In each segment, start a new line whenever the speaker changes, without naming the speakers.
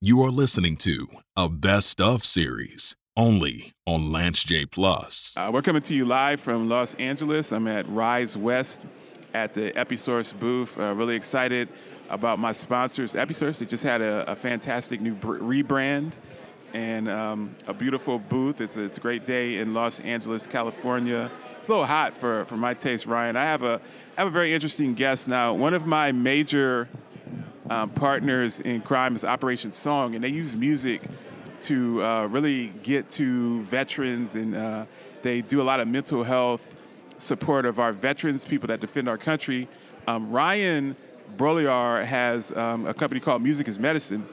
You are listening to a best of series only on Lance J. Plus.
Uh, we're coming to you live from Los Angeles. I'm at Rise West at the Episource booth. Uh, really excited about my sponsors. Episource, they just had a, a fantastic new br- rebrand and um, a beautiful booth. It's a, it's a great day in Los Angeles, California. It's a little hot for, for my taste, Ryan. I have a, I have a very interesting guest now. One of my major um, partners in crime is Operation Song, and they use music to uh, really get to veterans, and uh, they do a lot of mental health support of our veterans, people that defend our country. Um, Ryan Broliar has um, a company called Music is Medicine,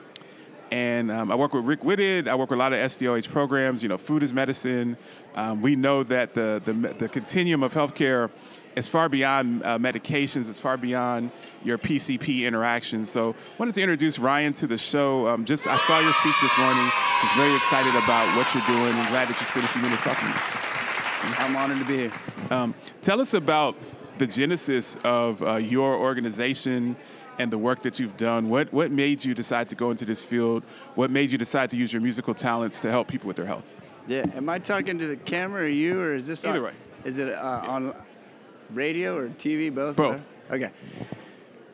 and um, I work with Rick Whitted. I work with a lot of SDOH programs. You know, food is medicine. Um, we know that the, the the continuum of healthcare is far beyond uh, medications. It's far beyond your PCP interactions. So, wanted to introduce Ryan to the show. Um, just I saw your speech this morning. Was very excited about what you're doing. I'm glad that you spent a few minutes talking. to me.
I'm honored to be here.
Um, tell us about the genesis of uh, your organization and the work that you've done. What what made you decide to go into this field? What made you decide to use your musical talents to help people with their health?
Yeah, am I talking to the camera or you, or is this on-
Either way.
Is it uh, on radio or TV? Both.
Both.
Okay.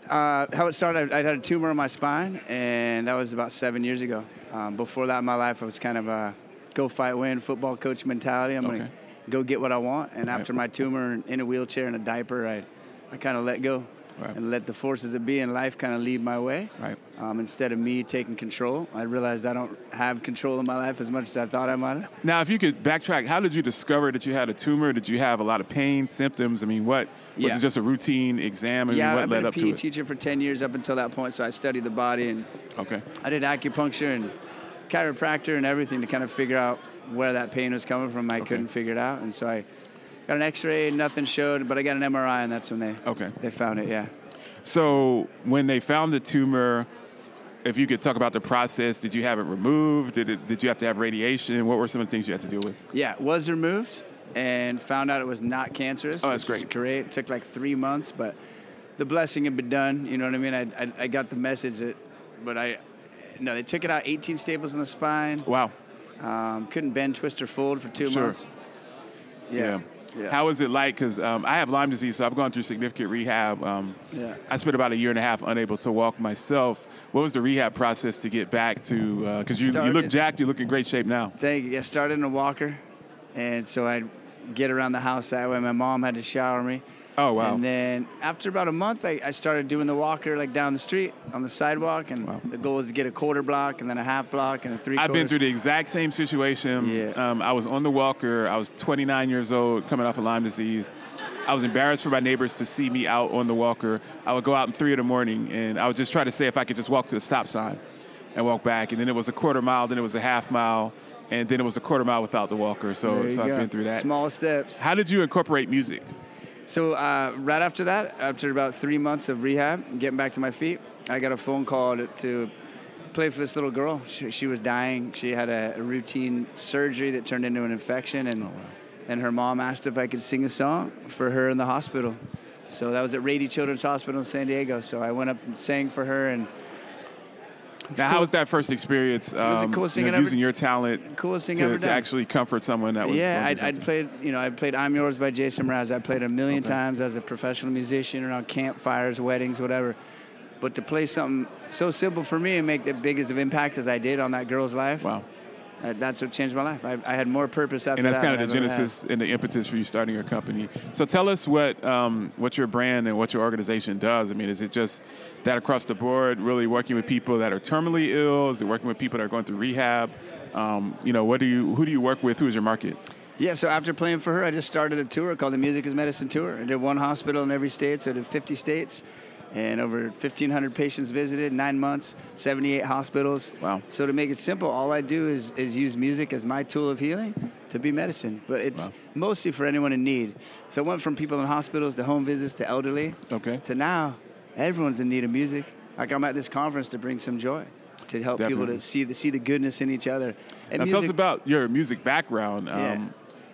Uh, how it started, I I had a tumor in my spine, and that was about seven years ago. Um, before that, my life I was kind of a go fight, win football coach mentality. I'm
Okay.
gonna go get what I want. And after my tumor, and in a wheelchair and a diaper, I, I kind of let go
Right.
and let the forces of be in life kind of lead my way.
Right.
Um, instead of me taking control, I realized I don't have control in my life as much as I thought I might have.
Now, if you could backtrack, how did you discover that you had a tumor? Did you have a lot of pain symptoms? I mean, what was
Yeah.
it? Just a routine exam? I mean,
yeah,
what
I've
led
been a
up to
PE
it?
teacher for 10 years up until that point, so I studied the body and
Okay,
I did acupuncture and chiropractor and everything to kind of figure out where that pain was coming from. I couldn't figure it out, and so I got an X-ray, nothing showed, but I got an MRI, and that's when they
okay.
they found it. Yeah,
So when they found the tumor, if you could talk about the process, did you have it removed? Did it? Did you have to have radiation? What were some of the things you had to deal with?
yeah, it was removed and found out it was not cancerous.
Oh, that's
which was
great.
Great. It took like three months, but the blessing had been done. You know what I mean? I I, I got the message that, but I. No, they took it out 18 staples in the spine.
Wow.
Um, couldn't bend, twist, or fold for two
Sure.
months.
Yeah.
Yeah. yeah.
How is it like? Because um, I have Lyme disease, so I've gone through significant rehab. Um,
Yeah.
I spent about a year and a half unable to walk myself. What was the rehab process to get back to? Because you, you look
Started-
jacked, you look in great shape now.
Thank you. I started in a walker, and so I'd get around the house that way. My mom had to shower me.
Oh, wow.
And then after about a month, I, I started doing the walker like down the street on the sidewalk, and the goal was to get a quarter block, and then a half block, and a three.
I've been
quarters.
through the exact same situation.
Yeah.
Um, I was on the walker. I was 29 years old, coming off of Lyme disease. I was embarrassed for my neighbors to see me out on the walker. I would go out in three in the morning, and I would just try to say if I could just walk to the stop sign and walk back. And then it was a quarter mile, then it was a half mile, and then it was a quarter mile without the walker.
There
So,
you
so I've
go.
been through that.
Small steps.
How did you incorporate music?
So uh, right after that, after about three months of rehab, getting back to my feet, I got a phone call to, to play for this little girl. She, she was dying. She had a, a routine surgery that turned into an infection, and and her mom asked if I could sing a song for her in the hospital. So that was at Rady Children's Hospital in San Diego. So I went up and sang for her, and
Now, how was that first experience? Um,
the coolest thing
you know,
I'd ever-
using your talent
coolest thing
to,
ever
to
done.
actually comfort someone that was.
yeah,
going
I'd,
through
I'd
something.
played, you know, I played "I'm Yours" by Jason Mraz. I played a million times as a professional musician around campfires, weddings, whatever. But to play something so simple for me and make the biggest of impact as I did on that girl's life,
Wow.
uh, that's what changed my life. I, I had more purpose after
and that's
that.
kind of the
than I've ever had.
genesis and the impetus for you starting your company. So tell us what um, what your brand and what your organization does. I mean, is it just that across the board, really working with people that are terminally ill? Is it working with people that are going through rehab? Um, you know, what do you who do you work with? Who is your market?
Yeah, so after playing for her, I just started a tour called the Music is Medicine Tour. I did one hospital in every state, so I did 50 states. And over 1,500 patients visited, nine months, 78 hospitals.
Wow.
So to make it simple, all I do is, is use music as my tool of healing to be medicine. But it's
Wow.
mostly for anyone in need. So I went from people in hospitals to home visits to elderly
Okay.
to now everyone's in need of music. Like I'm at this conference to bring some joy, to help people
Definitely.
to see the, see the goodness in each other. And
Now tell us
music-
about your music background. Um,
Yeah.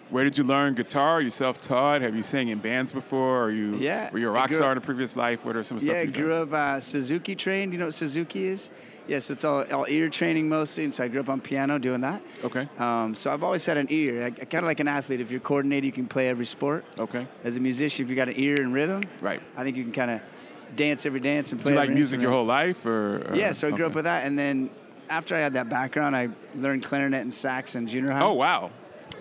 Where did you learn guitar? Are you self-taught? Have you sang in bands before? Are you
Yeah,
were you a
I
rock
grew
star
up-
in a previous life? What are some stuff
Yeah, I
you
grew up uh, Suzuki trained. You know what Suzuki is? Yes, it's all, all ear training mostly. And so I grew up on piano doing that.
Okay.
Um, so I've always had an ear. I, kind of like an athlete. If you're coordinated, you can play every sport.
Okay.
As a musician, if you got an ear and rhythm,
Right.
I think you can kind of dance every dance and
Did
play.
you like
every
music your
instrument.
whole life, or, or-
Yeah, so I grew up
okay.
with that, and then after I had that background, I learned clarinet and sax in junior high.
Oh wow.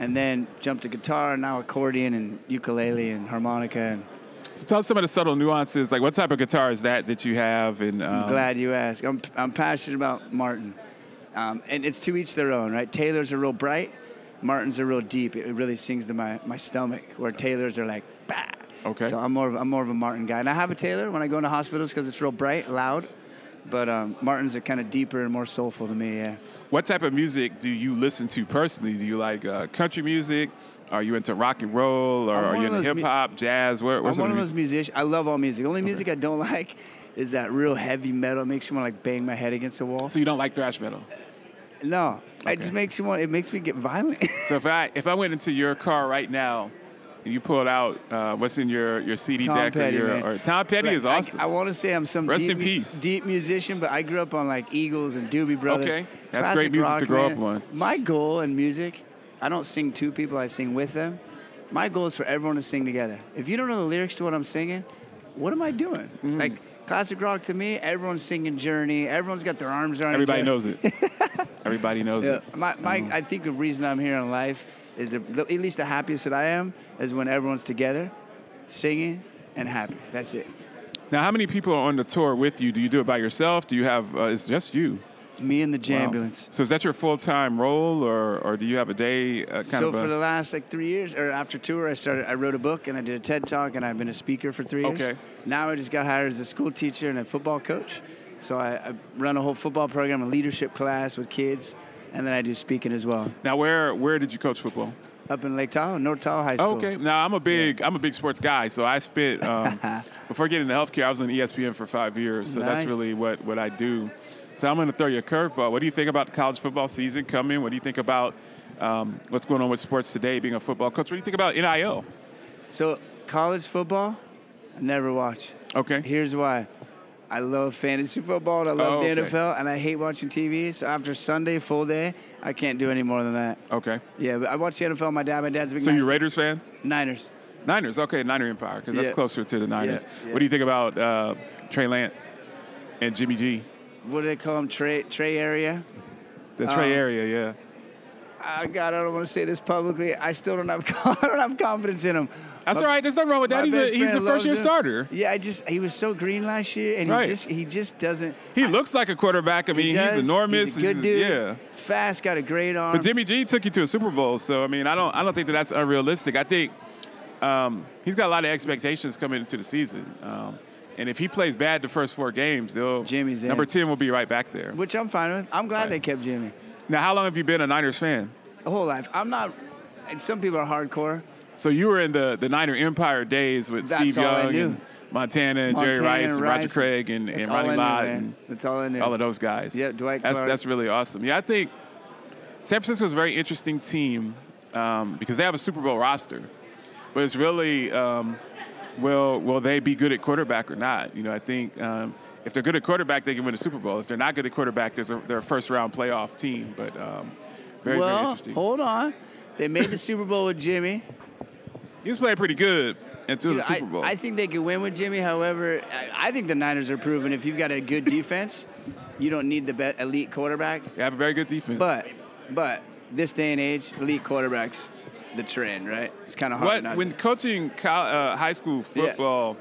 And then jumped to guitar, and now accordion and ukulele and harmonica. And
So tell us some of the subtle nuances. Like, what type of guitar is that that you have? And um,
glad you asked. I'm I'm passionate about Martin, um, and it's to each their own, right? Taylors are real bright, Martins are real deep. It really sings to my, my stomach. Where Taylors are like, bah.
Okay.
So I'm more of, I'm more of a Martin guy, and I have a Taylor when I go into hospitals because it's real bright, loud. But um, Martins are kind of deeper and more soulful to me. Yeah.
what type of music do you listen to personally? Do you like uh, country music? Are you into rock and roll, or
I'm
are you
one of
into
those
hip
mu-
hop, jazz? What, what
I'm
sort
one
of music?
of those musicians. I love all music. The only music I don't like is that real heavy metal. It makes me want to like bang my head against the wall.
So you don't like thrash metal?
No, it
Okay.
just makes you want. It makes me get violent.
So if I if I went into your car right now, and you pulled out uh, what's in your, your CD
Tom
deck
Petty,
or your
man.
or Tom Petty
Like,
is
I-
awesome.
I, want to say I'm some
Rest
deep,
in
mu-
peace.
deep musician, but I grew up on like Eagles and Doobie Brothers.
Okay. That's
Classic
great music to
rock,
grow
man.
up on.
My goal in music, I don't sing to people; I sing with them. My goal is for everyone to sing together. If you don't know the lyrics to what I'm singing, what am I doing?
Mm-hmm.
Like classic rock to me, everyone's singing Journey. Everyone's got their arms around. each
Everybody
other.
knows Mm-hmm. it. Everybody knows
Yeah.
it.
My, my, I think the reason I'm here in life is the, the, at least the happiest that I am is when everyone's together, singing and happy. That's it.
Now, how many people are on the tour with you? Do you do it by yourself? Do you have? Uh, it's just you.
Me and the
Wow.
Jambulance.
Um, So is that your full time role, or or do you have a day uh, kind
So
of? a-
for the last like three years, or after tour, I started. I wrote a book and I did a TED talk, and I've been a speaker for three years.
Okay.
Now I just got hired as a school teacher and a football coach. So I, I run a whole football program, a leadership class with kids, and then I do speaking as well.
now, where where did you coach football?
Up in Lake Tahoe, North Tahoe High School.
Okay. Now I'm a big I'm a big sports guy, so I spent um, before getting into healthcare, I was on E ESPN for five years, so that's
Nice.
really what what I do. So I'm going to throw you a curveball. What do you think about the college football season coming? What do you think about um, what's going on with sports today? Being a football coach, what do you think about NIL?
So college football, I never watch.
Okay.
Here's why. I love fantasy football and I love
Oh, okay.
the NFL and I hate watching TV. So after Sunday, full day, I can't do any more than that.
Okay.
Yeah, but I watch the NFL. My dad, my dad's a big
So
Nin-
you Raiders fan?
Niners.
Niners. Okay, Niner Empire because that's
Yeah.
closer to the Niners.
yeah.
What do you think about uh, Trey Lance and Jimmy G?
What do they call him? Trey, Trey area.
The Trey
Um,
area, yeah.
Ah, God, I don't want to say this publicly. I still don't have. co- I don't have confidence in him.
That's
My-
all right. There's nothing wrong with
my
that. He's a
best
he's a
friend
first year
loves him.
starter.
Yeah, I just he was so green last year, and
Right.
he just he just doesn't.
He looks like a quarterback. I mean,
does.
he's enormous.
He's a good dude.
Yeah.
Fast, got a great arm.
But Jimmy G took you to a Super Bowl, so I mean, I don't, I don't think that that's unrealistic. I think um, he's got a lot of expectations coming into the season, um, and if he plays bad the first four games, they'll
Jimmy's in.
number ten will be right back there.
which I'm fine with. I'm glad
Right.
they kept Jimmy.
Now, how long have you been a Niners fan?
the whole life. I'm not. And some people are hardcore.
So you were in the the Niner Empire days with
That's
Steve
all I
Young
knew.
and Montana and Jerry
Montana,
Rice and Roger
Rice.
Craig and, and
That's all I
Ronnie
knew,
Lott
man.
and
That's all I knew.
all of those guys.
Yeah, Dwight
That's
Clark.
that's really awesome. Yeah, I think San Francisco's a very interesting team um, because they have a Super Bowl roster, but it's really um, will will they be good at quarterback or not? You know, I think um, if they're good at quarterback, they can win a Super Bowl. If they're not good at quarterback, there's a, they're a first round playoff team. But um, very very
well,
interesting.
hold on. They made the Super Bowl with Jimmy.
He was playing pretty good until
You
the
know, I-
Super Bowl.
I, think they could win with Jimmy. However, I, I think the Niners are proven if you've got a good defense, you don't need the be- elite quarterback.
they have a very good defense.
But, but this day and age, elite quarterbacks, the trend, right? It's kind of hard.
What
not
when coaching col- uh, high school
Yeah.
football?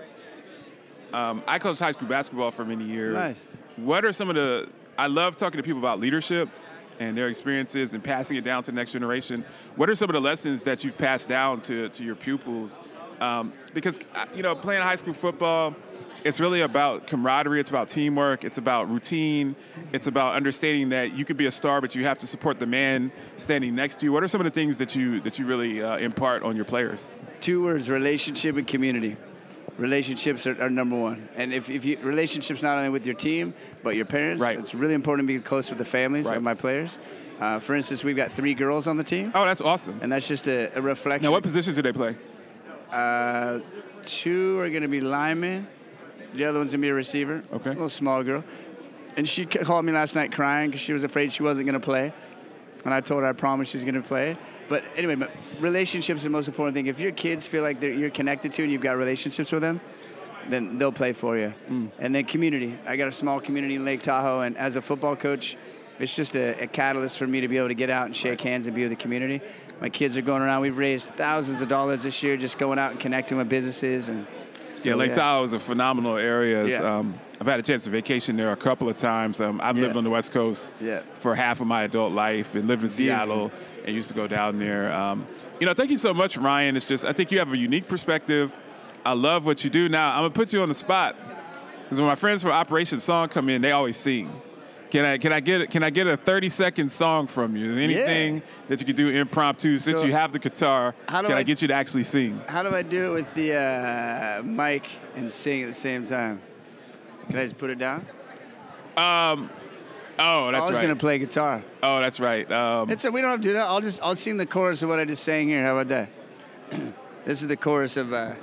Um, I coached high school basketball for many years.
Nice.
What are some of the? I love talking to people about leadership and their experiences and passing it down to the next generation. What are some of the lessons that you've passed down to to your pupils? Um, because uh, you know, playing high school football, it's really about camaraderie. It's about teamwork. It's about routine. It's about understanding that you could be a star, but you have to support the man standing next to you. What are some of the things that you that you really uh, impart on your players?
Two words: relationship and community. relationships are, are number one. And if, if you relationships not only with your team but your parents,
Right.
it's really important to be close with the families
Right.
of my players. Uh, for instance, we've got three girls on the team,
Oh, that's awesome.
and that's just a, a reflection.
Now, what positions do they play?
Uh, two are going to be linemen. The other one's going to be a receiver.
Okay.
A little small girl. And she ca- called me last night crying because she was afraid she wasn't going to play. And I told her I promised she's going to play. But anyway, but relationships are the most important thing. If your kids feel like they're, you're connected to and you've got relationships with them, then they'll play for you.
Mm.
And then community. I got a small community in Lake Tahoe, and as a football coach, it's just a, a catalyst for me to be able to get out and shake hands and be with the community. My kids are going around. We've raised thousands of dollars this year just going out and connecting with businesses. And
yeah,
so,
Lake
yeah.
Tahoe is a phenomenal area. It's,
Yeah.
Um, I've had a chance to vacation there a couple of times. Um, I've
Yeah.
lived on the West Coast
Yeah.
for half of my adult life and lived in
Beautiful.
Seattle and used to go down there. Um, you know, thank you so much, Ryan. It's just, I think you have a unique perspective. I love what you do. Now, I'm going to put you on the spot because when my friends from Operation Song come in, they always sing. Can I can I get can I get a thirty second song from you? Anything that you could do impromptu since
So,
you have the guitar?
how do
can I,
I-
get you to actually sing?
How do I do it with the uh, mic and sing at the same time? Can I just put it down?
Oh,
I
that's
was
right.
going to play guitar.
Oh, that's right. Um,
It's a, we don't have to do that. I'll just I'll sing the chorus of what I just sang here. How about that? this is the chorus of uh,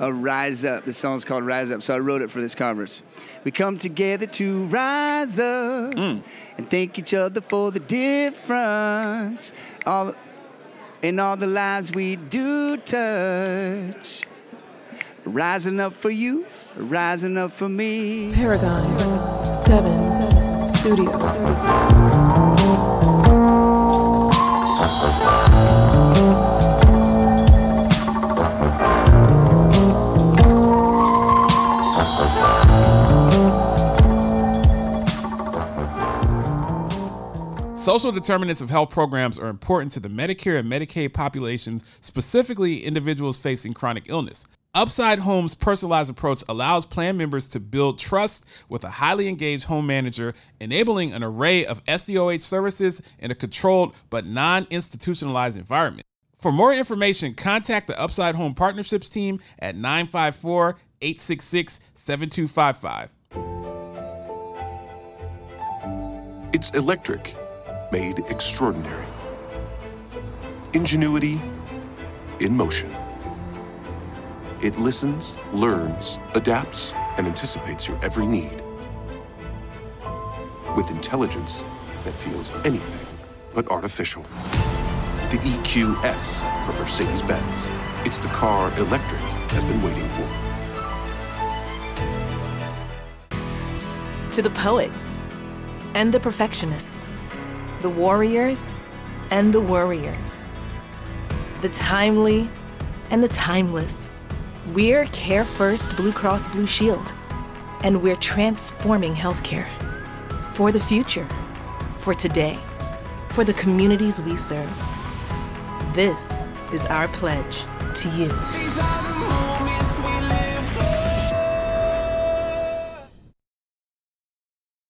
a rise up. The song's called Rise Up. So I wrote it for this conference. We come together to rise up and thank each other for the difference. All in all the lives we do touch. Rising up for you, rising up for me.
Paragon 7 Studios.
Social determinants of health programs are important to the Medicare and Medicaid populations, specifically individuals facing chronic illness. Upside Home's personalized approach allows plan members to build trust with a highly engaged home manager, enabling an array of SDOH services in a controlled but non institutionalized environment. For more information, contact the Upside Home Partnerships team at 954 866 7255.
It's electric, made extraordinary. Ingenuity in motion. It listens, learns, adapts, and anticipates your every need. With intelligence that feels anything but artificial. The EQS from Mercedes Benz. It's the car electric has been waiting for.
To the poets and the perfectionists, the warriors and the worriers, the timely and the timeless, we're Care First Blue Cross Blue Shield, and we're transforming healthcare for the future, for today, for the communities we serve. This is our pledge to you.
These are the moments